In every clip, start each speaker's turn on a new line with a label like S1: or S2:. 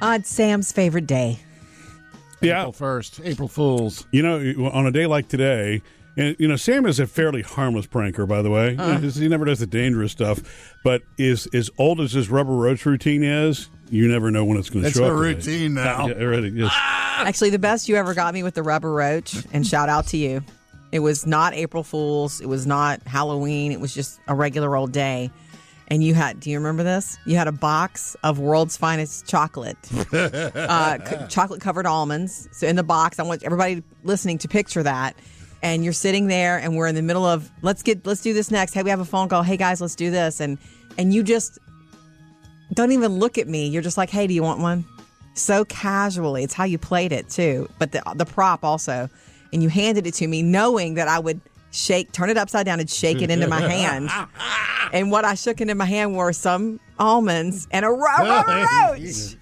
S1: On Sam's favorite day.
S2: Yeah.
S3: April first, April Fools.
S2: You know, on a day like today, and you know, Sam is a fairly harmless pranker, by the way. He never does the dangerous stuff. But is as old as his rubber roach routine is, you never know when it's going to
S3: It's
S2: show up.
S3: a
S2: today.
S3: routine now.
S2: Yeah, already, yes.
S1: Actually, the best you ever got me with the rubber roach, and shout out to you. It was not April Fool's. It was not Halloween. It was just a regular old day. And you had, do you remember this? You had a box of world's finest chocolate, uh, c- chocolate covered almonds. So in the box, I want everybody listening to picture that. And you're sitting there, and we're in the middle of let's get let's do this next. Hey, we have a phone call. Hey guys, let's do this. And and you just don't even look at me. You're just like, hey, do you want one? So casually. It's how you played it too. But the the prop also, and you handed it to me, knowing that I would shake, turn it upside down, and shake it into my hand. And what I shook into my hand were some almonds and a rubber roach.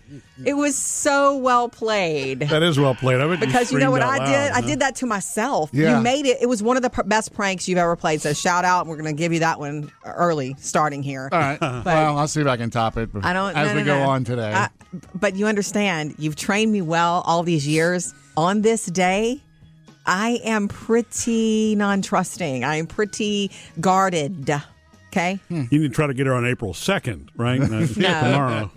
S1: It was so well played.
S2: That is well played. I would
S1: Because you know what I
S2: screamed out
S1: did?
S2: loud,
S1: I
S2: huh?
S1: did that to myself.
S3: Yeah.
S1: You made it. It was one of the pr- best pranks you've ever played. So shout out. We're going to give you that one early, starting here.
S3: All right. well, I'll see if I can top it.
S1: I don't.
S3: As
S1: no,
S3: we
S1: no,
S3: go
S1: no.
S3: on today,
S1: I- but you understand, you've trained me well all these years. On this day, I am pretty non-trusting. I am pretty guarded. Okay.
S3: Hmm.
S2: You need to try to get her on April second, right? no. Tomorrow.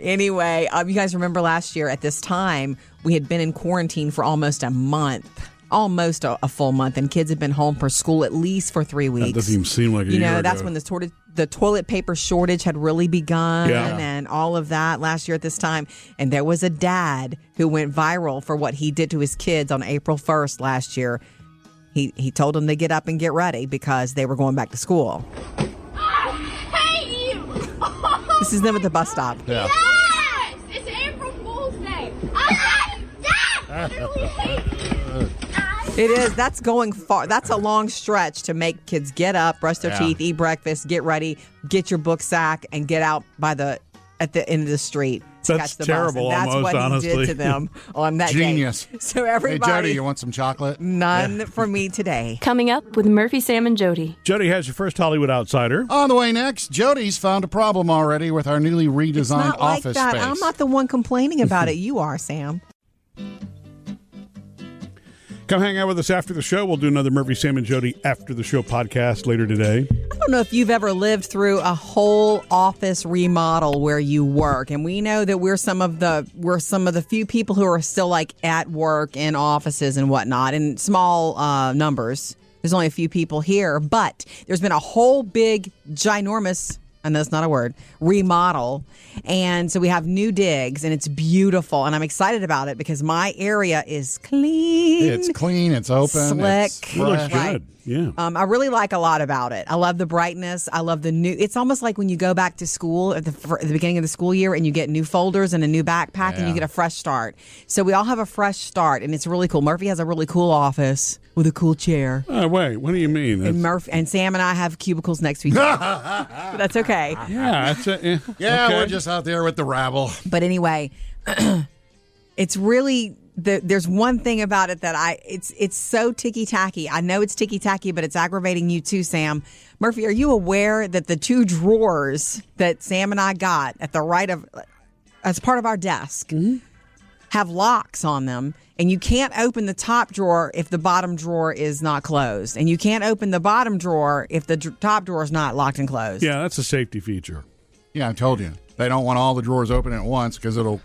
S1: Anyway, um, you guys remember last year at this time we had been in quarantine for almost a month, almost a, a full month, and kids had been home for school at least for three weeks.
S2: That doesn't even seem like a
S1: you
S2: year
S1: know that's
S2: ago.
S1: when the sort of the toilet paper shortage had really begun
S2: Yeah.
S1: and all of that last year at this time and there was a dad who went viral for what he did to his kids on april 1st last year he he told them to get up and get ready because they were going back to school
S4: I hate you!
S1: this is them at the bus stop
S3: yeah.
S4: Yes! It's April Fool's Day! I hate you! I hate you! I
S1: it is that's going far that's a long stretch to make kids get up brush their
S3: Yeah.
S1: teeth eat breakfast get ready get your book sack and get out by the at the end of the street to catch
S2: That's
S1: the
S2: terrible,
S1: bus. And that's
S2: almost,
S1: what he
S2: honestly.
S1: did to them on that day.
S3: Genius.
S1: So
S3: Hey,
S1: everybody,
S3: Jody, you want some chocolate?
S1: None for me today.
S5: Coming up with Murphy, Sam, and Jody.
S2: Jody has your first Hollywood outsider.
S1: Oh.
S3: On the way next, Jody's found a problem already with our newly redesigned
S1: It's not like
S3: office
S1: that.
S3: space.
S1: I'm not the one complaining about it. You are, Sam.
S2: Come hang out with us after the show. We'll do another Murphy, Sam, and Jody after the show podcast later today.
S1: I don't know if you've ever lived through a whole office remodel where you work, and we know that we're some of the we're some of the few people who are still like at work in offices and whatnot in small uh, numbers. There's only a few people here, but there's been a whole big ginormous and that's not a word remodel and so we have new digs and it's beautiful and i'm excited about it because my area is clean
S3: It's clean. It's open. It's
S1: Slick.
S2: It looks
S3: fresh.
S1: Right.
S2: good. Yeah.
S1: Um, I really like a lot about it. I love the brightness. I love the new. It's almost like when you go back to school at the, fir- the beginning of the school year and you get new folders and a new backpack and
S3: Yeah.
S1: you get a fresh start. So we all have a fresh start and it's really cool. Murphy has a really cool office with a cool chair.
S2: Oh, wait, what do you mean?
S1: And
S2: That's-
S1: Murph and Sam and I have cubicles next to each other. But that's okay.
S2: yeah, that's it. Yeah,
S3: Yeah,
S2: okay.
S3: we're just out there with the rabble.
S1: But anyway, it's really the, there's one thing about it that I it's it's so ticky tacky. I know it's ticky tacky, but it's aggravating you too, Sam Murphy. Are you aware that the two drawers that Sam and I got at the right of as part of our desk have locks on them, and you can't open the top drawer if the bottom drawer is not closed, and you can't open the bottom drawer if the dr- top drawer is not locked and closed.
S2: Yeah, that's a safety feature.
S3: Yeah, I told you. They don't want all the drawers open at once because it'll.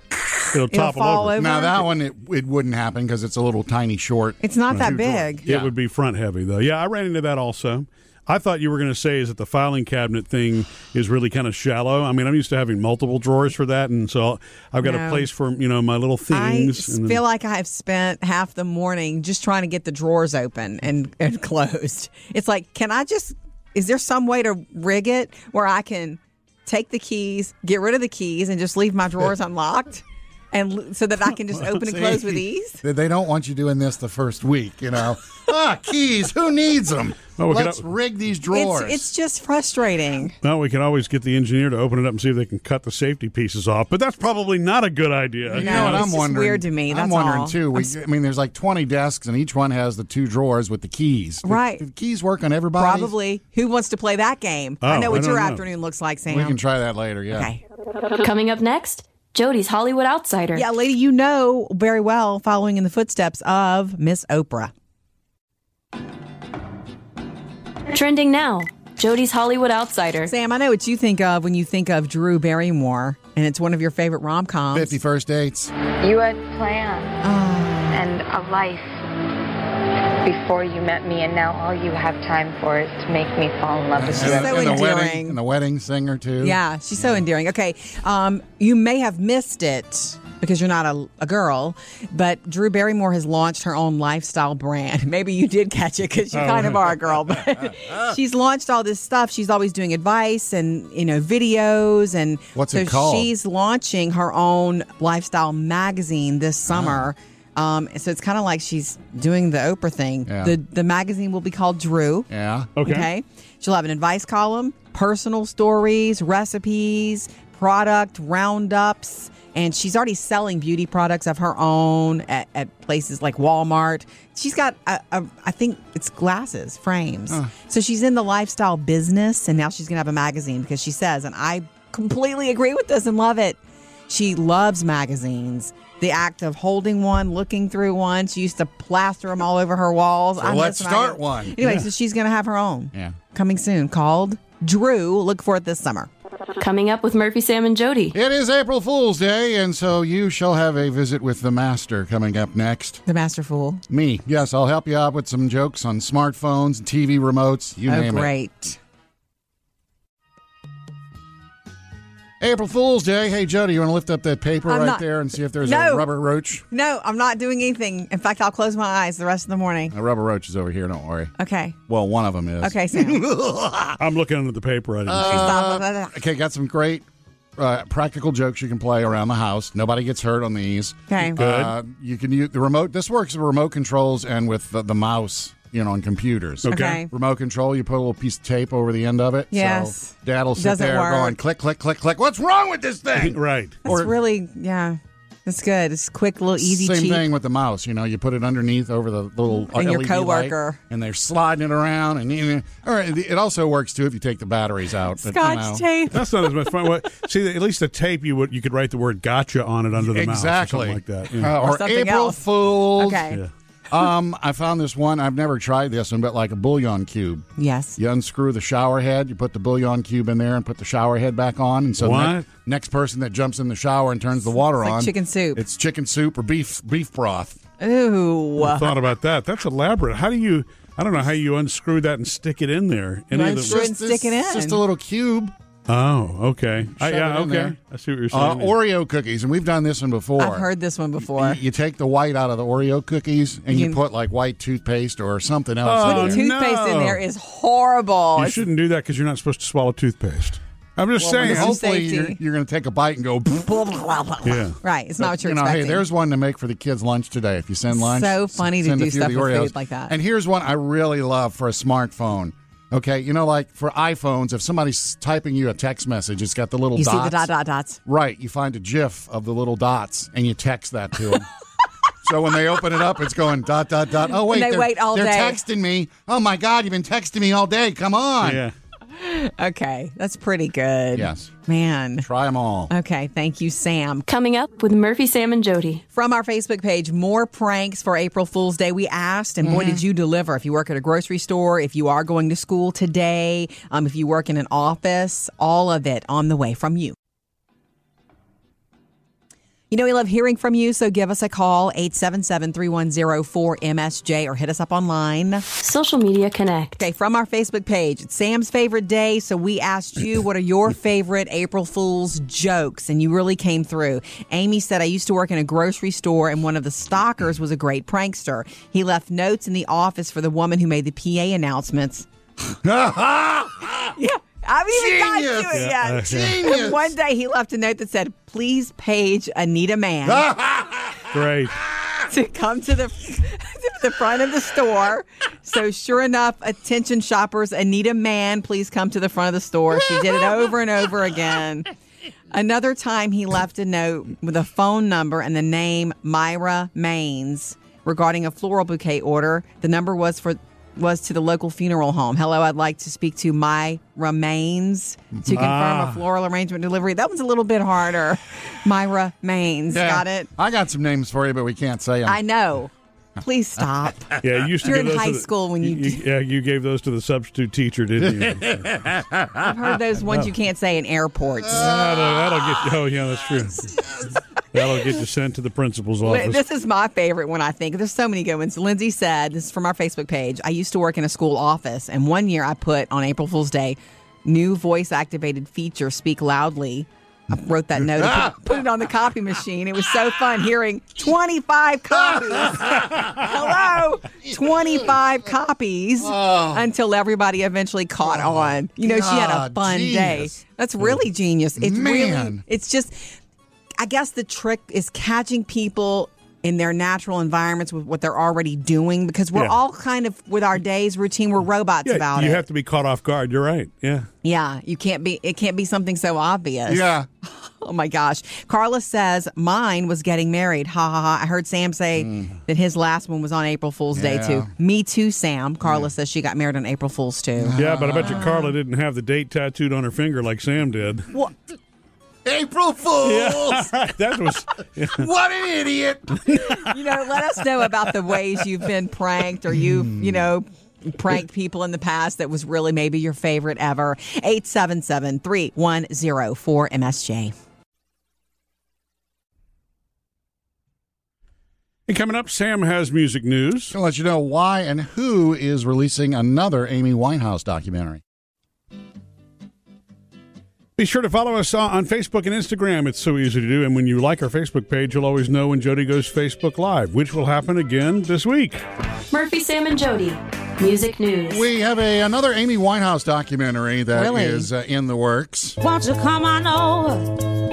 S2: It'll, topple
S1: fall over.
S3: Now, that one, it, it wouldn't happen because it's a little tiny short.
S1: It's not that
S3: Two drawers.
S1: big.
S2: It would be front heavy, though. Yeah, I ran into that also. I thought you were going to say is that the filing cabinet thing is really kind of shallow. I mean, I'm used to having multiple drawers for that, and so I've got a
S1: No.
S2: place for you know my little
S1: I
S2: things.
S1: s-
S2: and then-
S1: feel like I've spent half the morning just trying to get the drawers open and, and closed. It's like, can I just, is there some way to rig it where I can take the keys, get rid of the keys, and just leave my drawers unlocked? And l- so that I can just open and close with ease?
S3: They- They don't want you doing this the first week, you know. ah, keys. Who needs them?
S2: Oh, we could
S3: Let's
S2: al-
S3: rig these drawers.
S1: It's, it's just frustrating.
S2: Well, we can always get the engineer to open it up and see if they can cut the safety pieces off, but that's probably not a good idea.
S3: you know what
S1: it's
S3: I'm
S1: just
S3: wondering?
S1: weird to me,
S3: I'm
S1: that's
S3: wondering
S1: all.
S3: too. We, I mean, there's like 20 desks, and each one has the two drawers with the keys. Do-
S1: Right.
S3: do the keys work on everybody.
S1: Probably. Who wants to play that game?
S2: Oh,
S1: I know
S2: I
S1: what
S2: don't
S1: your
S2: know.
S1: afternoon looks like, Sam.
S3: We can try that later. Yeah.
S1: okay.
S5: Coming up next, Jody's Hollywood Outsider.
S1: Yeah, lady, you know very well, following in the footsteps of Miss Oprah.
S5: Trending now. Jody's Hollywood Outsider.
S1: Sam, I know what you think of when you think of Drew Barrymore, and it's one of your favorite rom coms.
S3: 51st dates.
S6: You had plans and a life before you met me, and now all you have time for is to make me fall in love with you.
S1: So
S3: and a
S1: endearing.
S3: wedding, and a wedding singer too.
S1: Yeah, she's so endearing. Okay, um, you may have missed it because you're not a, a girl, but Drew Barrymore has launched her own lifestyle brand. Maybe you did catch it because you
S3: Oh.
S1: kind of are a girl,
S3: Uh,
S1: but she's launched all this stuff. She's always doing advice and you know videos and
S3: What's
S1: so
S3: it called?
S1: She's launching her own lifestyle magazine this
S3: Ah.
S1: summer. Um, so it's kind of like she's doing the Oprah thing.
S3: Yeah.
S1: The the magazine will be called Drew.
S3: Yeah.
S2: Okay.
S1: Okay. She'll have an advice column, personal stories, recipes, product roundups, and she's already selling beauty products of her own at, at places like Walmart. She's got, a, a, I think it's glasses, frames. So she's in the lifestyle business, and now she's going to have a magazine because she says, and I completely agree with this and love it. She loves magazines. The act of holding one, looking through one. She used to plaster them all over her walls. I miss
S3: let's start
S1: magazines.
S3: one.
S1: Anyway, so she's going to have her own.
S3: Yeah.
S1: Coming soon, called Drew. Look for it this summer.
S5: Coming up with Murphy, Sam, and Jody.
S3: It is April Fool's Day, and so you shall have a visit with the master coming up next.
S1: The Master Fool.
S3: Me. Yes, I'll help you out with some jokes on smartphones, TV remotes, you
S1: Oh,
S3: name it.
S1: great.
S3: April Fool's Day. Hey, Jody, you want to lift up that paper
S1: I'm
S3: right
S1: not-
S3: there and see if there's
S1: No.
S3: a rubber roach?
S1: No, I'm not doing anything. In fact, I'll close my eyes the rest of the morning.
S3: A rubber roach is over here, don't worry.
S1: Okay.
S3: Well, one of them is.
S1: Okay, Sam.
S2: I'm looking under the paper. I didn't
S3: Uh,
S1: Stop. Blah, blah, blah.
S3: Okay, got some great uh, practical jokes you can play around the house. Nobody gets hurt on these.
S1: Okay.
S3: Uh, you can use the remote. This works with remote controls and with the, the mouse, you know, on computers.
S2: Okay.
S1: Okay.
S3: Remote control, you put a little piece of tape over the end of it.
S1: Yes.
S3: So dad'll sit
S1: Doesn't
S3: there
S1: work.
S3: going click, click, click, click. What's wrong with this
S2: see.
S3: thing?
S2: Right.
S1: That's really, yeah. That's good. It's quick, little easy
S3: Same
S1: cheap.
S3: thing with the mouse. You know, you put it underneath over the little uh,
S1: And your
S3: LED
S1: coworker.
S3: light, and they're sliding it around. And you know, or it also works too if you take the batteries out. but, you
S1: Scotch
S3: know.
S1: tape.
S2: That's not as much fun. What- See, at least the tape you would you could write the word "gotcha" on it under the
S3: exactly
S2: mouse or something like that. Yeah.
S3: Uh, or,
S1: something
S3: April
S1: else.
S3: Fools.
S1: Okay.
S2: Yeah.
S3: um, I found this one. I've never tried this one, but like a bouillon cube.
S1: Yes.
S3: You unscrew the shower head, you put the bouillon cube in there, and put the shower head back on. And so the
S2: What?
S3: ne- next person that jumps in the shower and turns the water
S1: It's like
S3: on,
S1: chicken soup.
S3: It's chicken soup or beef beef broth.
S1: Ooh.
S2: I thought about that. That's elaborate. How do you? I don't know how you unscrew that and stick it in there. Any of
S1: Mine's
S2: the-
S1: Go and stick it
S3: it's
S1: in.
S3: just a little cube.
S2: oh, okay. I,
S3: Shove
S2: yeah,
S3: it in
S2: okay.
S3: there.
S2: I see what you're
S3: Uh,
S2: saying.
S3: Oreo cookies, and we've done this one before.
S1: I've heard this one before.
S3: You, you take the white out of the Oreo cookies, and you,
S1: You-
S3: put like white toothpaste or something else.
S2: Oh,
S3: in there.
S2: no.
S1: Toothpaste in there is
S3: Oh,
S1: horrible.
S2: you
S1: It's-
S2: shouldn't do that because you're not supposed to swallow toothpaste. I'm just
S1: when
S2: saying.
S1: it's-
S3: Hopefully,
S1: safety.
S3: you're, you're going to take a bite and go.
S2: yeah.
S1: Right. It's not what you're
S3: you know,
S1: expecting.
S3: hey, there's one to make for the kids' lunch today. If you send lunch,
S1: So funny to
S3: send a
S1: do
S3: few of
S1: stuff
S3: the
S1: with
S3: Oreos.
S1: food like that.
S3: And here's one I really love for a smartphone. Okay, you know, like for iPhones, if somebody's typing you a text message, it's got the little
S1: you
S3: dots.
S1: see the dot dot dots.
S3: Right, you find a GIF of the little dots and you text that to them. so when they open it up, it's going dot dot dot. Oh wait,
S1: they
S3: are
S1: wait all
S3: they're
S1: day.
S3: texting me. Oh my God, you've been texting me all day. Come on.
S2: Yeah.
S1: Okay, that's pretty good.
S3: Yes.
S1: Man.
S3: Try them all.
S1: Okay, thank you, Sam.
S5: Coming up with Murphy, Sam, and Jody.
S1: From our Facebook page, more pranks for April Fool's Day. We asked, and boy, did you deliver. If you work at a grocery store, if you are going to school today, um, if you work in an office, all of it on the way from you. You know, we love hearing from you, so give us a call, 877 310 4MSJ, or hit us up online.
S5: Social media connect.
S1: Okay, from our Facebook page, it's Sam's favorite day. So we asked you, what are your favorite April Fool's jokes? And you really came through. Amy said, I used to work in a grocery store, and one of the stalkers was a great prankster. He left notes in the office for the woman who made the PA announcements. yeah, I haven't even got to it
S3: Genius.
S2: Yeah,
S1: yet.
S3: Genius.
S1: And one day he left a note that said, Please page Anita Mann
S3: Ah!
S2: Great.
S1: to come to the to the front of the store. So sure enough, attention shoppers, Anita Mann, please come to the front of the store. She did it over and over again. Another time he left a note with a phone number and the name Myra Maines regarding a floral bouquet order. The number was for was to the local funeral home. Hello, I'd like to speak to my remains to confirm
S2: Ah.
S1: a floral arrangement delivery. That one's a little bit harder. My remains.
S3: Yeah.
S1: Got it?
S3: I got some names for you, but we can't say them.
S1: I know. Please stop.
S2: Yeah, you used to
S1: You're
S2: give
S1: in
S2: those
S1: high
S2: to the-
S1: school when you did-
S2: Yeah, you gave those to the substitute teacher, didn't you?
S1: I've heard those ones you can't say in airports.
S2: that'll, that'll get. Oh, yeah, that's true. That'll get you sent to the principal's
S1: Wait,
S2: office.
S1: This is my favorite one, I think. There's so many good ones. Lindsay said, This is from our Facebook page. I used to work in a school office, and one year I put on April Fool's Day, new voice activated feature, speak loudly. I wrote that note, and put, put it on the copy machine. It was so fun hearing 25 copies. Hello, 25 copies until everybody eventually caught on. You know, she had a
S3: Oh. God,
S1: fun day.
S3: genius.
S1: That's really genius. It's really,
S3: Man.
S1: it's just, I guess the trick is catching people in their natural environments with what they're already doing because we're
S2: Yeah.
S1: all kind of with our day's routine we're robots
S2: yeah,
S1: about
S2: you
S1: it.
S2: have to be caught off guard. You're right. Yeah.
S1: yeah, you can't be it can't be something so obvious.
S3: yeah.
S1: Oh my gosh. Carla says mine was getting married. Ha ha ha. I heard Sam say
S2: Mm.
S1: that his last one was on April Fool's Day
S3: Yeah.
S1: too. Me too, Sam. Carla says she got married on April Fool's too.
S2: Yeah, but I bet you Carla
S1: Ah.
S2: didn't have the date tattooed on her finger like Sam did.
S1: Well,
S3: April Fools!
S2: that was
S3: What an idiot!
S1: you know, let us know about the ways you've been pranked or you,
S3: Hmm.
S1: you know, pranked people in the past that was really maybe your favorite ever. 877 310 4MSJ.
S2: And coming up, Sam has music news.
S3: to let you know why and who is releasing another Amy Winehouse documentary.
S2: Be sure to follow us uh, on Facebook and Instagram. It's so easy to do. And when you like our Facebook page, you'll always know when Jody goes Facebook Live, which will happen again this week.
S5: Murphy, Sam, and Jody. Music news.
S3: We have a another Amy Winehouse documentary that is
S1: Really?
S3: uh, in the works,
S7: Won't you come on over?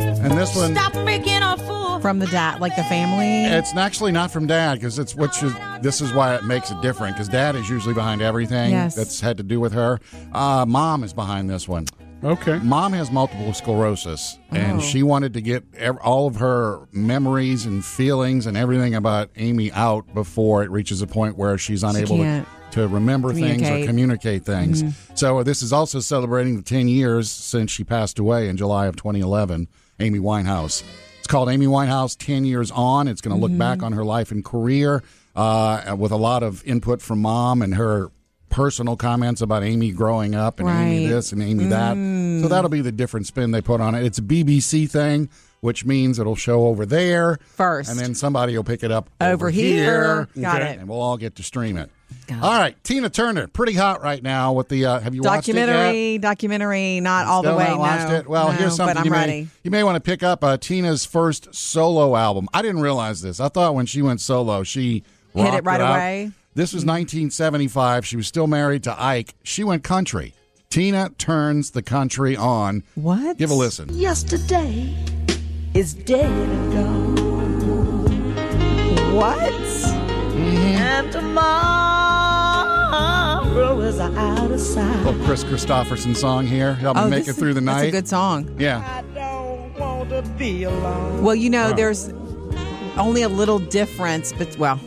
S3: and this one
S7: Stop making a fool.
S1: From the dad, like the family.
S3: it's actually not from Dad because it's what you. This is why it makes it different because Dad is usually behind everything
S1: Yes.
S3: that's had to do with her. Uh, Mom is behind this one.
S2: Okay.
S3: Mom has multiple sclerosis,
S1: Oh.
S3: and she wanted to get ev- all of her memories and feelings and everything about Amy out before it reaches a point where she's unable to,
S1: can't
S3: to remember things or
S1: communicate. Mm-hmm.
S3: communicate things. So, this is also celebrating the 10 years since she passed away in July of 2011, Amy Winehouse. It's called Amy Winehouse 10 Years On. It's going to look back
S1: Mm-hmm.
S3: on her life and career uh, with a lot of input from mom and her personal comments about Amy growing up and Amy
S1: Right.
S3: this this and Amy that.
S1: Mm.
S3: So that'll be the different spin they put on it. It's a BBC thing, which means it'll show over there
S1: First.
S3: and then somebody will pick it up
S1: Over
S3: over,
S1: here.
S3: here.
S1: Got it.
S3: and we'll all get to stream it. All right, Tina Turner, pretty hot right now with the. Uh, have you watched it yet?
S1: Documentary, documentary, not all
S3: Still
S1: the way.
S3: not watched
S1: no,
S3: it. Well,
S1: no,
S3: here's something
S1: But I'm
S3: you may
S1: ready.
S3: you may want to pick up. Uh, Tina's first solo album. I didn't realize this. I thought when she went solo, she
S1: Hit it
S3: rocked
S1: right
S3: out.
S1: away?
S3: This was 1975. She was still married to Ike. She went country. Tina turns the country on.
S1: What?
S3: Give a listen.
S8: Yesterday is dead and gone,
S1: What?
S8: and tomorrow is out of sight.
S3: Little Chris Christopherson song here. Help me make
S1: Oh, this
S3: it
S1: is-
S3: through the
S1: That's
S3: night.
S1: a good song.
S3: yeah.
S8: I don't want to be alone.
S1: Well, you know, there's only a little difference, but well,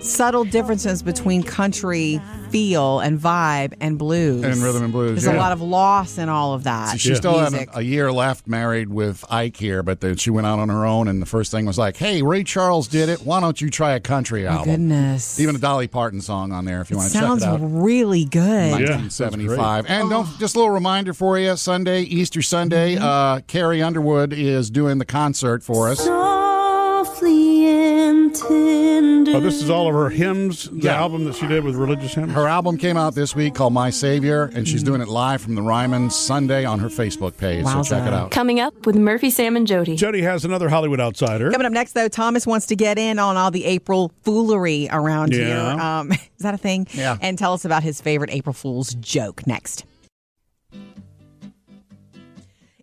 S1: subtle differences between country feel and vibe and blues
S3: And rhythm and blues,
S1: There's a
S3: yeah.
S1: lot of loss in all of that.
S3: She still
S1: Music.
S3: had a, a year left married with Ike here, but then she went out on her own, and the first thing was like, "Hey, Ray Charles did it. Why don't you try a country album?"
S1: Goodness,
S3: Even a Dolly Parton song on there if you want to check
S1: sounds
S3: it out.
S1: really good.
S2: Yeah. that's
S3: 1975. And
S1: Oh.
S3: don't, just a little reminder for you Sunday, Easter Sunday,
S1: Mm-hmm.
S3: uh, Carrie Underwood is doing the concert for us.
S7: Softly and tender.
S2: Oh, this is all of her hymns, the
S3: Yeah.
S2: album that she did with religious hymns.
S3: Her album came out this week called My Savior, and she's doing it live from the Ryman Sunday on her Facebook page. So check it
S1: Mm-hmm. Wowza.
S3: out.
S5: Coming up with Murphy, Sam, and Jody.
S2: Jody has another Hollywood outsider.
S1: Coming up next, though, Thomas wants to get in on all the April foolery around
S2: Yeah.
S1: here. Um, is that a thing?
S3: Yeah.
S1: And tell us about his favorite April Fool's joke next.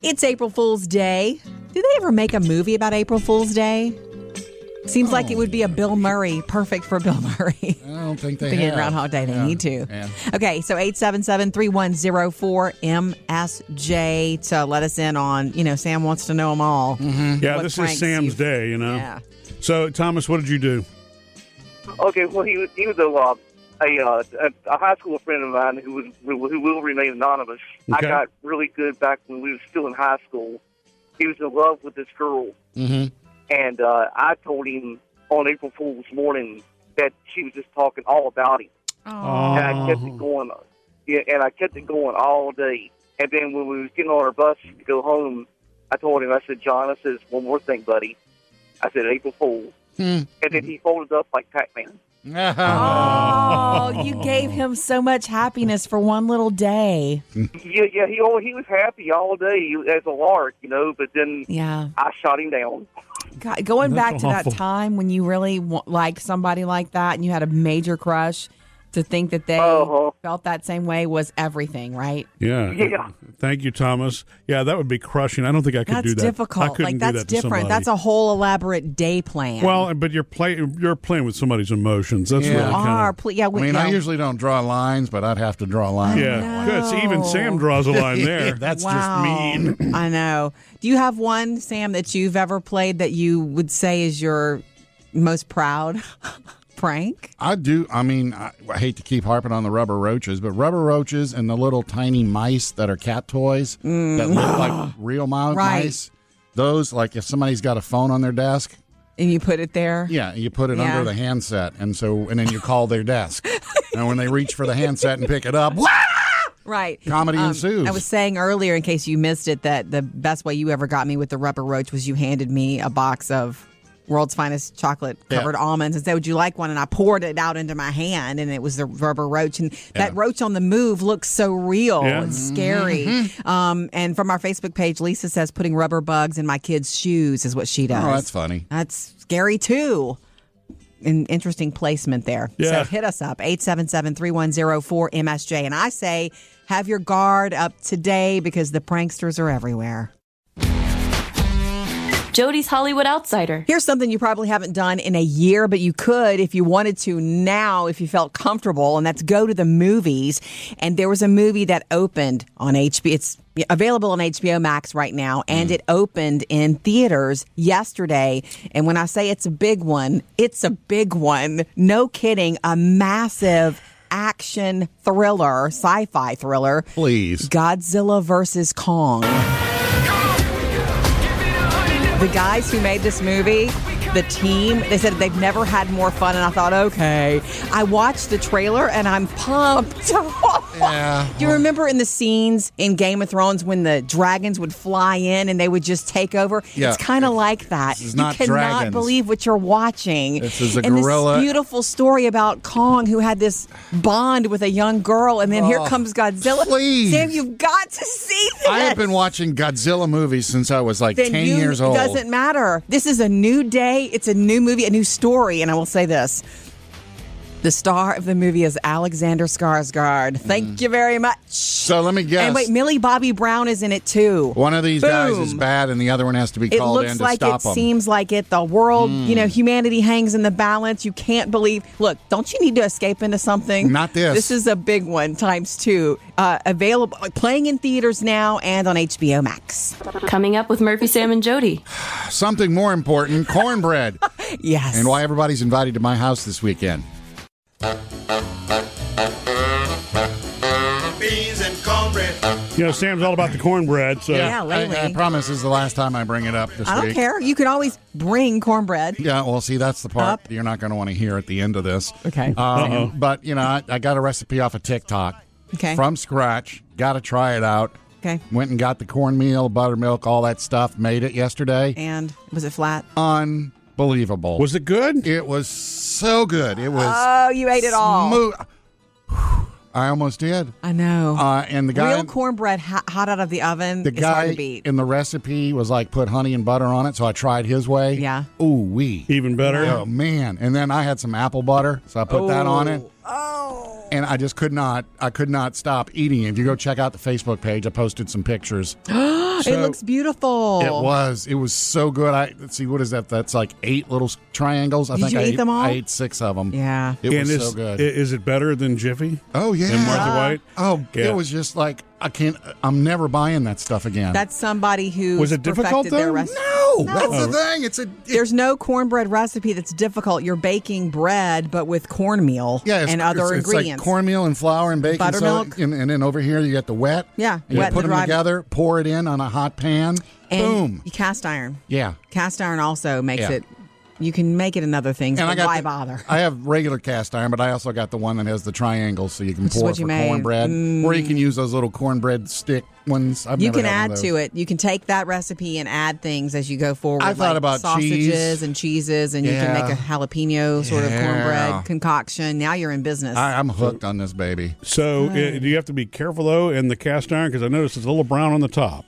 S1: It's April Fool's Day. Did they ever make a movie about April Fool's Day? Seems like it would be a Bill Murray, perfect for Bill Murray.
S3: I don't think they
S1: Thinking
S3: have.
S1: of Groundhog Day, they
S3: Yeah.
S1: need to.
S3: Yeah.
S1: Okay, so 877-3104-MSJ to let us in on, you know, Sam wants to know them all.
S2: yeah,
S1: what
S2: Mm-hmm. this is
S1: pranks
S2: Sam's
S1: you've-
S2: day, you know.
S1: Yeah.
S2: So, Thomas, what did you do?
S9: Okay, well, he was, he was a uh, a, uh, a a high school friend of mine who was who will remain anonymous. I
S2: Okay.
S9: got really good back when we were still in high school. He was in love with this girl, and uh, I told him on April Fool's morning that she was just talking all about him, and I kept it going. Yeah, and I kept it going all day. And then when we was getting on our bus to go home, I told him, I said, John, I says one more thing, buddy. I said April Fool, and then he folded up like Pac-Man.
S1: Oh, you gave him so much happiness for one little day.
S9: Yeah, yeah, he al- he was happy all day as a lark, you know. But then
S1: Yeah.
S9: I shot him down.
S1: God, going
S2: That's
S1: back to
S2: awful.
S1: that time when you really wa- liked somebody like that and you had a major crush, to think that they
S9: Uh-huh.
S1: felt that same way was everything, right?
S2: Yeah.
S9: Yeah.
S2: Thank you, Thomas. Yeah, that would be crushing. I don't think I could
S1: that's
S2: do that. I
S1: difficult.
S2: couldn't
S1: Like
S2: do
S1: that's
S2: that to
S1: different.
S2: somebody.
S1: That's a whole elaborate day plan.
S2: well, but you're playing. You're playing with somebody's emotions. That's
S3: Yeah.
S2: really
S1: are
S2: kind
S1: ple- yeah, we,
S3: I mean, I
S1: yeah.
S3: usually don't draw lines, but I'd have to draw a
S2: of.
S3: line.
S2: Yeah. Good. So even
S1: know.
S2: Sam draws a line there.
S3: That's
S1: wow.
S2: just
S1: mean. I know. Do you have one, Sam, that you've ever played that you would say is your most proud prank?
S3: I do. I mean, I, I hate to keep harping on the rubber roaches, but rubber roaches and the little tiny mice that are cat toys that look like real mi-
S1: Mm. Right.
S3: mice. Those, like if somebody's got a phone on their desk,
S1: And you put it there?
S3: yeah, you put it
S1: Yeah.
S3: under the handset, and so and then you call their desk, and when they reach for the handset and pick it up,
S1: Right.
S3: Comedy
S1: Um,
S3: ensues.
S1: I was saying earlier, in case you missed it, that the best way you ever got me with the rubber roach was you handed me a box of world's finest chocolate covered almonds and said, Would you like one? And I poured it out into my hand and it was the rubber roach. And that roach on the move looks so real
S2: Yeah.
S1: and scary.
S3: Mm-hmm.
S1: Um, and from our Facebook page, Lisa says, Putting rubber bugs in my kids' shoes is what she does.
S3: oh, that's funny.
S1: That's scary too. An interesting placement there.
S2: Yeah.
S1: So hit us up, 877-3104-MSJ. And I say, have your guard up today because the pranksters are everywhere.
S5: Jody's Hollywood Outsider.
S1: Here's something you probably haven't done in a year, but you could if you wanted to now, if you felt comfortable, and that's go to the movies. And there was a movie that opened on HBO. It's available on HBO Max right now, and it opened in theaters yesterday. And when I say it's a big one, it's a big one. No kidding. A massive action thriller, sci fi thriller.
S3: Please,
S1: Godzilla versus Kong. The guys who made this movie, the team, they said they've never had more fun. And I thought, okay. I watched the trailer and I'm pumped.
S3: Yeah.
S1: Do you remember in the scenes in Game of Thrones when the dragons would fly in and they would just take over?
S3: Yeah.
S1: It's kind of like that.
S3: This is
S1: you
S3: not
S1: cannot
S3: dragons.
S1: believe what you're watching.
S3: This is a
S1: and
S3: gorilla.
S1: This beautiful story about Kong who had this bond with a young girl, and then here
S3: Oh,
S1: comes Godzilla.
S3: please.
S1: Sam, you've got to see this.
S3: I have been watching Godzilla movies since I was like
S1: Then
S3: ten
S1: you-
S3: years old.
S1: It doesn't matter. This is a new day. It's a new movie, a new story. And I will say this. The star of the movie is Alexander Skarsgård. Thank you very much.
S3: Mm. so let me guess.
S1: And wait, Millie Bobby Brown is in it too.
S3: one of these guys is
S1: Boom.
S3: bad, and the other one has to be
S1: It
S3: called
S1: looks
S3: in to
S1: like
S3: stop Mm.
S1: it
S3: them.
S1: seems like it. The world, you know, humanity hangs in the balance. You can't believe. Look, don't you need to escape into something?
S3: Not this.
S1: This is a big one times two. Uh, available, playing in theaters now and on HBO Max.
S5: Coming up with Murphy, Sam, and Jody.
S3: Something more important: cornbread.
S1: Yes.
S3: and why everybody's invited to my house this weekend.
S2: You know, Sam's all about the cornbread. So
S1: Yeah. lately.
S3: I, I promise this is the last time I bring it up this
S1: I don't
S3: week.
S1: care. You can always bring cornbread.
S3: Yeah, well, see, that's the part
S1: Up.
S3: you're not going to want to hear at the end of this.
S1: Okay.
S3: Um, but, you know, I, I got a recipe off of TikTok
S1: Okay.
S3: from scratch. Got to try it out.
S1: Okay.
S3: Went and got the cornmeal, buttermilk, all that stuff. Made it yesterday.
S1: And was it flat?
S3: Uh, Unbelievable.
S2: was it good?
S3: it was so good. It was
S1: Oh, you ate it all.
S3: smooth. I almost did.
S1: I know.
S3: Uh, and the guy
S1: Real cornbread hot, hot out of the oven
S3: the
S1: is hard
S3: guy
S1: to beat.
S3: in the recipe was like put honey and butter on it, so I tried his way.
S1: Yeah.
S3: Ooh wee.
S2: Even better.
S3: Oh man! And then I had some apple butter, so I put that on it. Oh. And I just could not. I could not stop eating it. If you go check out the Facebook page, I posted some pictures.
S1: it looks beautiful.
S3: It was. It was so good. I let's see. What is that? That's like eight little s- triangles. I
S1: Did
S3: think
S1: you
S3: I
S1: eat them all?
S3: I ate six of them.
S1: Yeah.
S3: It was
S2: and is,
S3: so good.
S2: i- is it better than Jiffy
S3: oh yeah.
S2: and Martha White?
S3: Oh,
S2: Yeah.
S3: it was just like I can't. I'm never buying that stuff again.
S1: That's somebody who
S2: Was it difficult,
S1: perfected their
S2: though?
S1: recipe.
S3: no,
S1: No.
S3: Oh, that's the thing. It's a it-
S1: There's no cornbread recipe that's difficult. You're baking bread, but with cornmeal
S3: yeah, it's,
S1: and other
S3: it's, It's
S1: ingredients.
S3: like cornmeal and flour and baking
S1: Buttermilk.
S3: soda, and, and then over here you get the wet.
S1: Yeah,
S3: you
S1: wet and
S3: put them
S1: dry.
S3: together, pour it in on a hot pan.
S1: and
S3: boom.
S1: You cast iron.
S3: Yeah,
S1: Cast iron also makes
S3: Yeah.
S1: it. You can make it in other things.
S3: and
S1: but
S3: I got
S1: why
S3: the-
S1: bother?
S3: I have regular cast iron, but I also got the one that has the triangles, so you can
S1: Which is
S3: pour
S1: what
S3: for
S1: you made. Mm.
S3: cornbread, or you can use those little cornbread stick ones. I've
S1: You
S3: never
S1: can
S3: had one
S1: add
S3: of those.
S1: to it. You can take that recipe and add things as you go forward.
S3: I thought
S1: like
S3: about
S1: sausages
S3: cheese.
S1: and cheeses, and you can
S3: Yeah.
S1: make a jalapeno sort
S3: Yeah.
S1: of cornbread concoction. Now you're in business.
S3: I, I'm hooked on this baby.
S2: So uh, do you have to be careful though in the cast iron because I noticed it's a little brown on the top.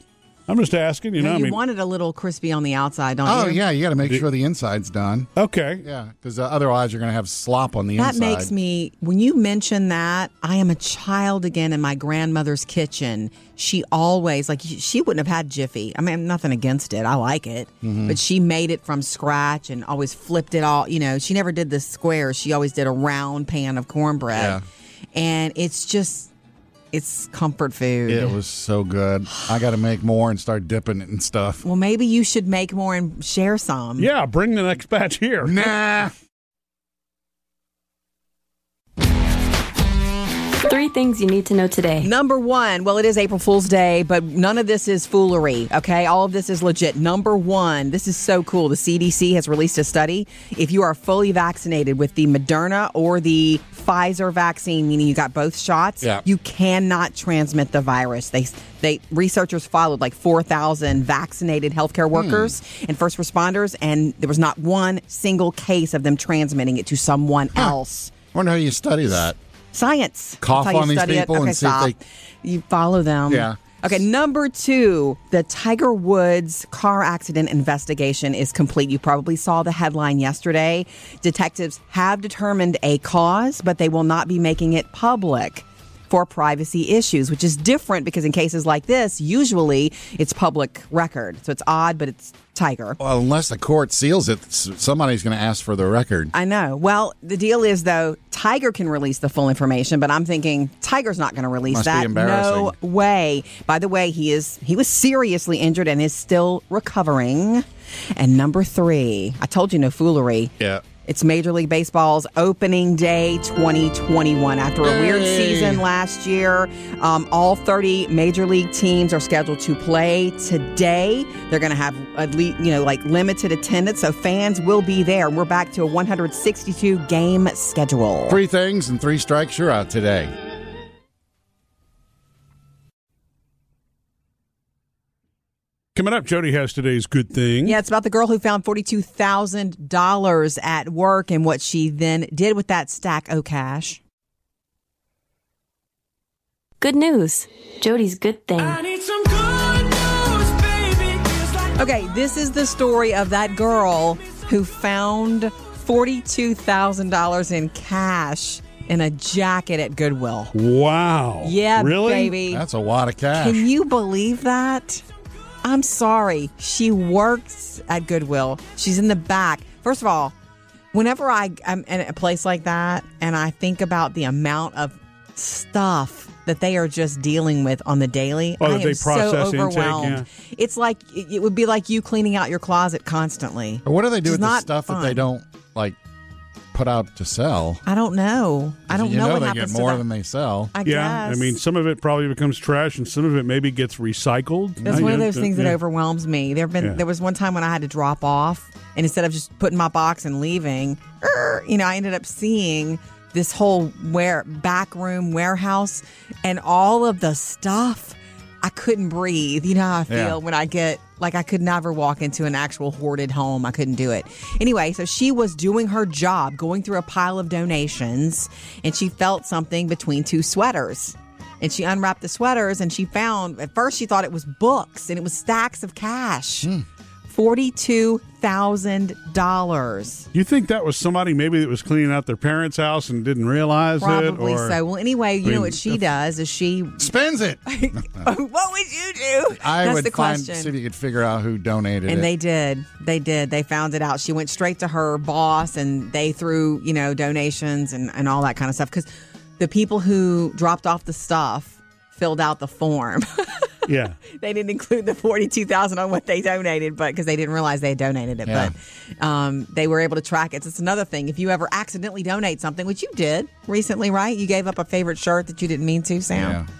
S2: I'm just asking, you know.
S1: Now
S2: I
S1: you
S2: mean,
S1: want it a little crispy on the outside, don't
S3: Oh
S1: you?
S3: yeah, you got to make sure the inside's done.
S2: okay,
S3: Yeah, because uh, otherwise you're going to have slop on the
S1: That
S3: inside.
S1: makes me, when you mention that, I am a child again in my grandmother's kitchen. She always, like, she wouldn't have had Jiffy. I mean, nothing against it. I like it.
S3: Mm-hmm.
S1: But she made it from scratch and always flipped it all. You know, she never did the square. She always did a round pan of cornbread.
S3: Yeah.
S1: And it's just, it's comfort food.
S3: It was so good. I got to make more and start dipping it and stuff.
S1: Well, maybe you should make more and share some.
S2: yeah, bring the next batch here.
S3: Nah.
S5: Three things you need to know today.
S1: Number one, well, it is April Fool's Day, but none of this is foolery, okay? All of this is legit. Number one, this is so cool. The CDC has released a study. If you are fully vaccinated with the Moderna or the Pfizer vaccine, meaning you got both shots,
S3: Yeah.
S1: you cannot transmit the virus. They they researchers followed like 4,000 vaccinated healthcare workers and first responders, and there was not one single case of them transmitting it to someone else.
S3: I wonder how you study that.
S1: Science.
S3: Cough
S1: That's how you
S3: on these
S1: study it.
S3: people and
S1: okay,
S3: see if
S1: stop. You follow them.
S3: Yeah.
S1: Okay, number two, the Tiger Woods car accident investigation is complete. You probably saw the headline yesterday. Detectives have determined a cause, but they will not be making it public for privacy issues, which is different because in cases like this, usually it's public record. So it's odd, but it's Tiger.
S3: Well, unless the court seals it, s- somebody's going to ask for the record.
S1: I know. Well, the deal is though, Tiger can release the full information, but I'm thinking Tiger's not going to release
S3: Must be
S1: that.
S3: embarrassing.
S1: No way. By the way, he is he was seriously injured and is still recovering. And number 3, I told you no foolery.
S3: Yeah.
S1: It's Major League Baseball's opening day 2021. After a weird
S3: Yay.
S1: season last year, um, all 30 Major League teams are scheduled to play today. They're going to have at least, you know, like limited attendance, so fans will be there. We're back to a 162 game schedule.
S3: Three things and three strikes, you're out today.
S2: Coming up, Jody has today's good thing.
S1: Yeah, it's about the girl who found $42,000 at work and what she then did with that stack of cash.
S5: Good news. Jody's good thing.
S1: Okay, this is the story of that girl who found $42,000 in cash in a jacket at Goodwill.
S2: Wow.
S1: Yeah,
S2: really?
S1: baby.
S3: That's a lot of cash.
S1: Can you believe that? I'm sorry. She works at Goodwill. She's in the back. First of all, whenever I am in a place like that and I think about the amount of stuff that they are just dealing with on the daily,
S2: Oh,
S1: I
S2: that
S1: am
S2: they process
S1: so
S2: intake,
S1: overwhelmed. It's like it it would be like you cleaning out your closet constantly.
S3: Or what do they do
S1: It's
S3: with the
S1: not
S3: stuff that
S1: fun.
S3: they don't like put out to sell?
S1: I don't know. I don't
S3: you
S1: know,
S3: know,
S1: what
S3: they
S1: happens
S3: get more
S1: to that.
S3: than they sell.
S1: I
S2: Yeah,
S1: guess.
S2: I mean, some of it probably becomes trash, and some of it maybe gets recycled.
S1: That's
S2: I-
S1: one of
S2: yeah,
S1: those things that
S2: yeah.
S1: overwhelms me. There have been
S2: Yeah.
S1: there was one time when I had to drop off, and instead of just putting my box and leaving, er, you know, I ended up seeing this whole ware back room warehouse and all of the stuff. I couldn't breathe. You know how I feel
S3: Yeah.
S1: when I get like I could never walk into an actual hoarded home. I couldn't do it. Anyway, so she was doing her job, going through a pile of donations, and she felt something between two sweaters. And she unwrapped the sweaters and she found, at first, she thought it was books and it was stacks of cash
S3: Hmm.
S1: $42,000.
S2: You think that was somebody maybe that was cleaning out their parents' house and didn't realize it?
S1: Probably
S2: or-
S1: so. Well, anyway, you
S2: I
S1: know
S2: mean,
S1: what she
S2: if-
S1: does is she.
S3: Spends it.
S1: what would you do?
S3: I
S1: That's
S3: would
S1: the
S3: find
S1: question.
S3: see if you could figure out who donated
S1: And
S3: it.
S1: they did. They did. They found it out. She went straight to her boss and they threw, you know, donations and, and all that kind of stuff. Because the people who dropped off the stuff filled out the form.
S2: Yeah.
S1: they didn't include the 42,000 on what they donated, but because they didn't realize they had donated it,
S3: Yeah.
S1: but um, they were able to track it. So it's another thing. If you ever accidentally donate something, which you did recently, right? You gave up a favorite shirt that you didn't mean to, Sam.
S3: Yeah.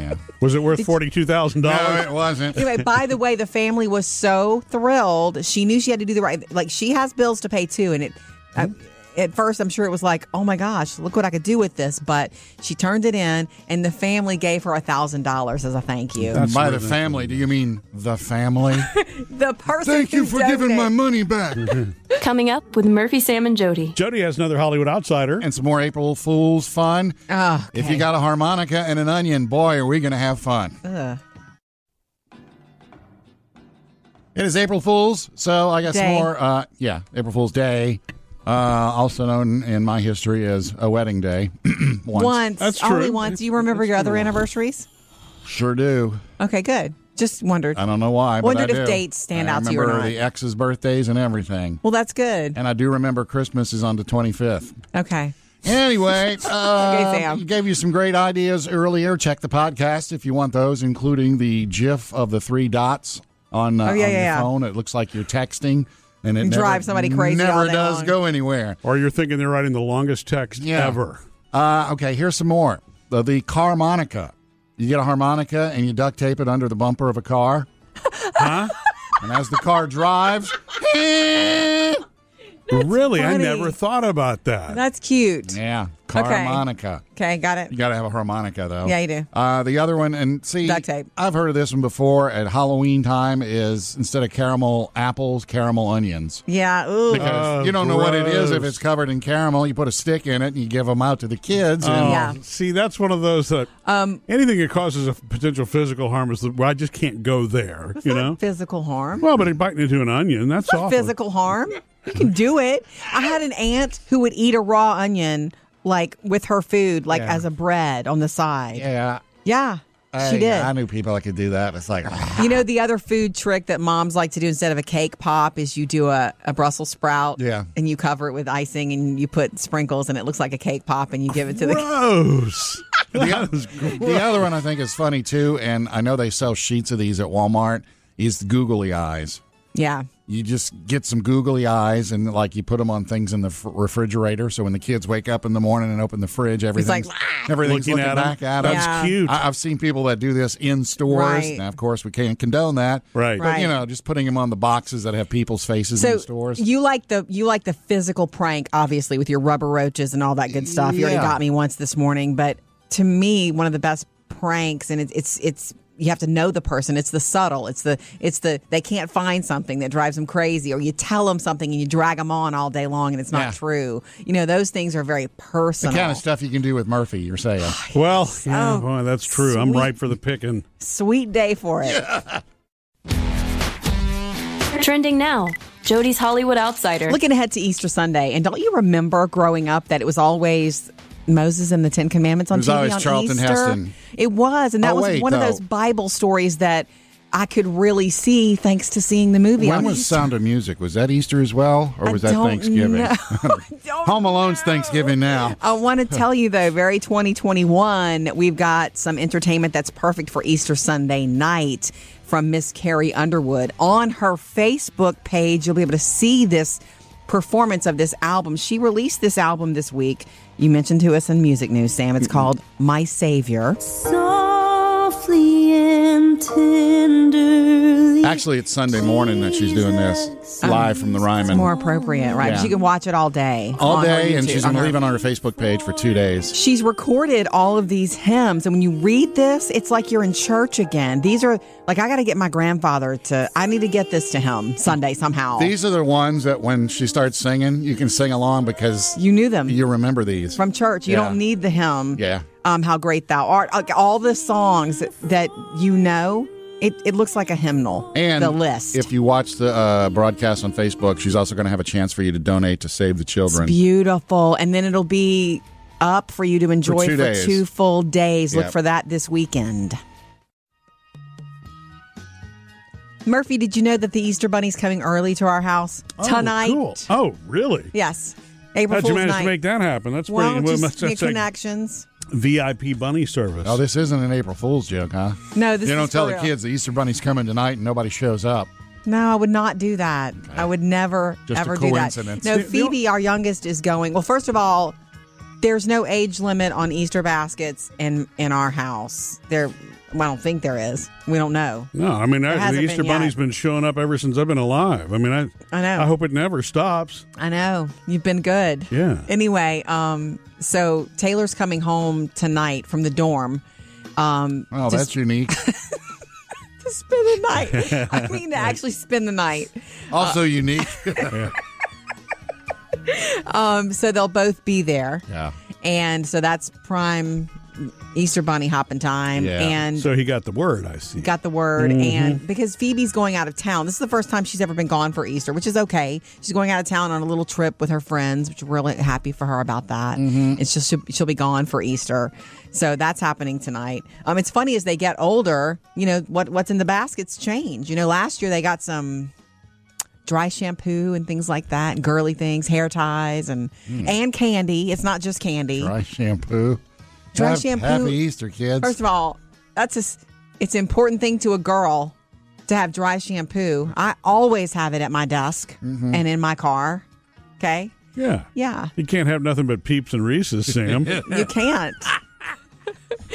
S3: Yeah.
S2: Was it worth forty two thousand
S3: No,
S2: dollars?
S3: it wasn't.
S1: Anyway, by the way, the family was so thrilled. She knew she had to do the right. Like she has bills to pay too, and it. I, at first, I'm sure it was like, "Oh my gosh, look what I could do with this!" But she turned it in, and the family gave her a thousand dollars as a thank you.
S3: And by the family, do you mean the family?
S1: the person.
S3: Thank you
S1: who
S3: for giving my
S1: donated-
S3: money back.
S5: Coming up with Murphy, Sam, and Jody.
S2: Jody has another Hollywood outsider.
S3: and some more April Fool's fun.
S1: Oh,
S3: If you got a harmonica and an onion, boy, are we going to have fun.
S1: Ugh.
S3: It is April Fool's, so I got some
S1: Day.
S3: more. Uh, yeah, April Fool's Day, uh, also known in my history as a wedding day. Once.
S1: once,
S2: That's
S1: only
S2: true.
S1: once. Do you remember your other anniversaries?
S3: Sure do.
S1: Okay, good. Just wondered.
S3: I don't know why. But
S1: Wondered
S3: I
S1: if
S3: do.
S1: dates stand
S3: I
S1: out to you or
S3: remember
S1: not.
S3: the ex's birthdays and everything.
S1: well, that's good.
S3: And I do remember Christmas is on the 25th.
S1: Okay.
S3: Anyway, uh,
S1: Sam.
S3: we gave you some great ideas earlier. Check the podcast if you want those, including the GIF of the three dots on,
S1: Oh,
S3: uh,
S1: yeah,
S3: on
S1: yeah,
S3: your
S1: yeah.
S3: phone. It looks like you're texting, and it
S1: You
S3: never,
S1: drive somebody crazy
S3: Never
S1: all day
S3: does
S1: long.
S3: go anywhere.
S2: or you're thinking they're writing the longest text
S3: Yeah.
S2: ever.
S3: Uh, okay, here's some more. The, the carmonica. You get a harmonica and you duct tape it under the bumper of a car,
S2: Huh?
S3: and as the car drives, yeah,
S2: really? I
S1: funny.
S2: never thought about that.
S1: That's cute.
S3: carmonica.
S1: Okay, got it.
S3: You got to have a harmonica, though.
S1: Yeah, you do.
S3: Uh, the other one, and see,
S1: Duct tape.
S3: I've heard of this one before at Halloween time. Is instead of caramel apples, caramel onions.
S1: Yeah. Ooh.
S2: Because- Oh,
S3: you don't know what it is if
S2: gross.
S3: it's covered in caramel. You put a stick in it and you give them out to the kids. and-
S2: Oh,
S1: Yeah. Um,
S2: See, that's one of those that anything that causes a potential physical harm is the, well, I just can't go there. You know.
S1: Physical harm.
S2: Well, but biting into an onion, that's
S1: It's not
S2: awful.
S1: physical harm. You can do it. I had an aunt who would eat a raw onion like with her food, like
S3: Yeah.
S1: as a bread on the side. Yeah,
S3: yeah.
S1: she
S3: I-
S1: did.
S3: I knew people that could do that. It's like, ah.
S1: you know the other food trick that moms like to do instead of a cake pop is you do a, a Brussels sprout,
S3: Yeah.
S1: and you cover it with icing and you put sprinkles and it looks like a cake pop and you give it to the
S2: Gross.
S3: The, the other one I think is funny too, and I know they sell sheets of these at Walmart. Is the googly eyes.
S1: yeah.
S3: You just get some googly eyes and like you put them on things in the fr- refrigerator. So when the kids wake up in the morning and open the fridge, everything's everything's looking,
S2: Looking at 'em.
S3: back at them.
S2: That's
S1: "Ah!" Yeah.
S2: cute.
S3: I, I've seen people that do this in stores.
S1: Right.
S3: Now, of course, we can't condone that.
S2: Right.
S3: But
S1: Right.
S3: you know, just putting them on the boxes that have people's faces in the stores.
S1: You like the you like the physical prank, obviously, with your rubber roaches and all that good stuff. You already
S3: Yeah.
S1: got me once this morning, but to me, one of the best pranks, and it's it's it's you have to know the person. It's the subtle. It's the it's the they can't find something that drives them crazy, or you tell them something and you drag them on all day long, and it's not
S3: Yeah.
S1: true. You know, those things are very
S3: the
S1: personal.
S3: kind of stuff you can do with Murphy, you're saying.
S2: well, yeah, boy, that's true. I'm
S1: sweet.
S2: ripe for the picking. Oh,
S1: Sweet day for it.
S5: Trending now Jody's Hollywood Outsider.
S1: Looking ahead to Easter Sunday, and don't you remember growing up that it was always Moses and the Ten Commandments on
S3: It was
S1: TV
S3: always
S1: on
S3: Charlton
S1: Easter?
S3: Heston.
S1: It was, and that
S3: Oh,
S1: was
S3: wait,
S1: one of
S3: though.
S1: those Bible stories that I could really see thanks to seeing the movie.
S3: When
S1: on
S3: was
S1: Easter.
S3: Sound of Music? Was that Easter as well, or
S1: I
S3: was that
S1: don't
S3: Thanksgiving?
S1: know. I don't
S3: Home Alone's
S1: know.
S3: Thanksgiving now.
S1: I want to tell you though, very 2021, we've got some entertainment that's perfect for Easter Sunday night from Miss Carrie Underwood. On her Facebook page, you'll be able to see this performance of this album. She released this album this week. You mentioned to us in music news, Sam. It's called My Savior.
S7: Softly and tenderly.
S3: Actually, it's Sunday morning that she's doing this live from the Ryman.
S1: More appropriate, right?
S3: Yeah.
S1: But you can watch it all day.
S3: all
S1: on her
S3: day, and
S1: YouTube-
S3: she's
S1: on
S3: going to
S1: her
S3: leave it on her Facebook page for two days.
S1: She's recorded all of these hymns, and when you read this, it's like you're in church again. These are like I got to get my grandfather to. I need to get this to him Sunday somehow.
S3: These are the ones that when she starts singing, you can sing along because
S1: you knew them
S3: you remember these.
S1: from church. You
S3: Yeah.
S1: don't need the hymn.
S3: Yeah.
S1: Um, how great thou art! Like all the songs that you know, it it looks like a hymnal.
S3: and
S1: the list.
S3: If you watch the uh, broadcast on Facebook, she's also going to have a chance for you to donate to Save the Children.
S1: Beautiful, and then it'll be up for you to enjoy
S3: two
S1: for
S3: days.
S1: two full days. Look
S3: Yep.
S1: for that this weekend. Murphy, did you know that the Easter Bunny's coming early to our house tonight?
S2: Oh, cool. oh really?
S1: Yes, April
S2: How'd you
S1: Fool's
S2: manage
S1: night.
S2: to make that happen? That's
S1: well,
S2: pretty. well,
S1: just
S2: that's-
S1: your
S2: that's like-
S1: connections.
S2: VIP bunny service.
S3: Oh, this isn't an April Fool's joke, huh?
S1: No, this
S3: you don't
S1: is
S3: tell
S1: for
S3: the
S1: real.
S3: kids the Easter Bunny's coming tonight and nobody shows up.
S1: No, I would not do that. I would never
S3: Just a
S1: ever
S3: coincidence.
S1: do that.
S3: The-
S1: No, Phoebe, our youngest, is going. Well, first of all, there's no age limit on Easter baskets in in our house. There, well, I don't think there is. We don't know.
S2: No, I mean I, the
S1: hasn't been
S2: Easter
S1: yet. Oh.
S2: Bunny's been showing up ever since I've been alive. I mean, I
S1: I know.
S2: I hope it never stops.
S1: I know you've been good.
S2: Yeah.
S1: Anyway, um, so Taylor's coming home tonight from the dorm. Um,
S3: Oh,
S1: to
S3: that's unique.
S1: to spend the night. I mean, to actually spend the night.
S3: Also unique.
S1: Um, so they'll both be there.
S3: yeah.
S1: And so that's prime Easter bunny hopping time.
S3: Yeah.
S1: And
S2: So he got the word. I see.
S1: got the word. And because Phoebe's going out of town, this is the first time she's ever been gone for Easter, which is okay. She's going out of town on a little trip with her friends, which we're really happy for her about that. It's just she'll, she'll be gone for Easter. So that's happening tonight. Um, it's funny as they get older, you know, what what's in the baskets change. You know, last year they got some dry shampoo and things like that, and girly things, hair ties and and candy. It's not just candy.
S3: Dry shampoo.
S1: Dry
S3: Have-
S1: shampoo-
S3: Happy Easter, kids.
S1: First of all, that's a, s- it's an important thing to a girl to have dry shampoo. I always have it at my desk and in my car. Okay.
S2: Yeah.
S1: Yeah.
S2: You can't have nothing but peeps and Reese's, Sam.
S1: You can't.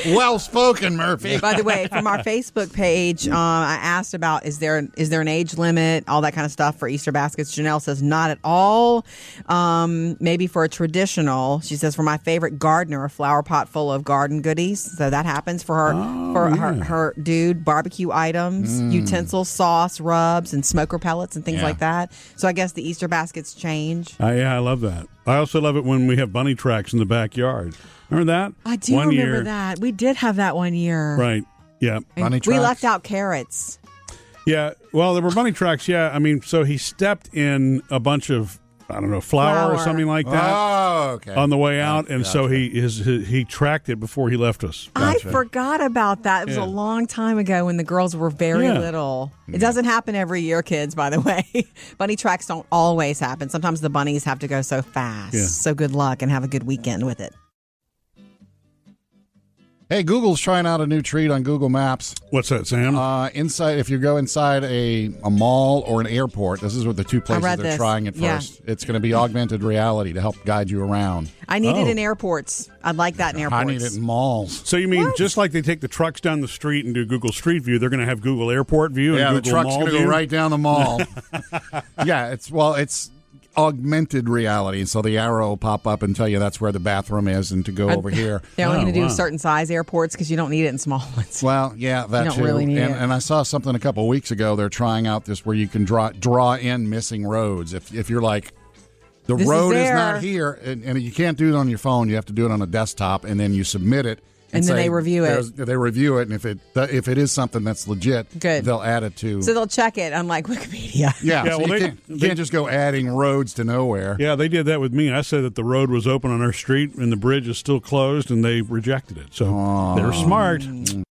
S3: well spoken, Murphy.
S1: By the way, from our Facebook page, um, I asked about is there is there an age limit, all that kind of stuff for Easter baskets. Janelle says not at all. Um, maybe for a traditional, she says for my favorite gardener, a flower pot full of garden goodies. So that happens for her
S2: Oh,
S1: for her, her dude barbecue items,
S2: Mm.
S1: utensils, sauce, rubs, and smoker pellets and things
S3: Yeah.
S1: like that. So I guess the Easter baskets change.
S2: I, Uh, yeah, I love that. I also love it when we have bunny tracks in the backyard. Remember that?
S1: I do
S2: One
S1: remember
S2: year,
S1: that we did have that one year.
S2: Right. Yeah.
S3: Bunny
S1: we
S3: tracks.
S1: left out carrots.
S2: Yeah. Well, there were bunny tracks. Yeah. I mean, so he stepped in a bunch of I don't know flour, or
S1: Flour.
S2: something like that
S3: Oh, okay.
S2: on the way out, and so he his, his he tracked it before he left us.
S1: I forgot about that. It was
S2: Yeah.
S1: a long time ago when the girls were very
S2: Yeah. Mm-hmm.
S1: little. It doesn't happen every year, kids, by the way. Bunny tracks don't always happen. Sometimes the bunnies have to go so fast.
S2: Yeah.
S1: So good luck and have a good weekend with it.
S3: Hey, Google's trying out a new treat on Google Maps.
S2: What's that, Sam?
S3: Uh, inside, if you go inside a, a mall or an airport, this is what the two places they're
S1: read this.
S3: trying at
S1: Yeah.
S3: first. It's going to be augmented reality to help guide you around.
S1: I need it
S2: Oh.
S1: in airports. I'd like that in airports.
S3: I need it in malls.
S2: So you mean just like they take the trucks down the street and do Google Street View, they're going to have Google Airport View and
S3: yeah,
S2: Google
S3: the truck's
S2: Mall
S3: going to go
S2: View?
S3: right down the mall. yeah, it's well, it's augmented reality, so the arrow will pop up and tell you that's where the bathroom is and to go over here.
S1: They're only
S2: Oh,
S1: going to do
S2: wow.
S1: certain size airports because you don't need it in small ones.
S3: Well, yeah, that
S1: don't
S3: too.
S1: really need
S3: and,
S1: it.
S3: and I saw something a couple weeks ago. They're trying out this where you can draw draw in missing roads. If if you're like, the
S1: This is
S3: road is,
S1: there.
S3: not here, and, and you can't do it on your phone. You have to do it on a desktop, and then you submit it.
S1: And then
S3: say,
S1: they review it.
S3: "There's-" They review it, and if it if it is something that's legit,
S1: Good.
S3: they'll add it to.
S1: So they'll check it, unlike Wikipedia.
S3: yeah,
S2: Yeah,
S3: so
S2: well,
S3: you,
S2: they-
S3: can't, you
S2: they-
S3: can't just go adding roads to nowhere.
S2: Yeah, they did that with me. I said that the road was open on our street and the bridge is still closed, and they rejected it. So they're smart.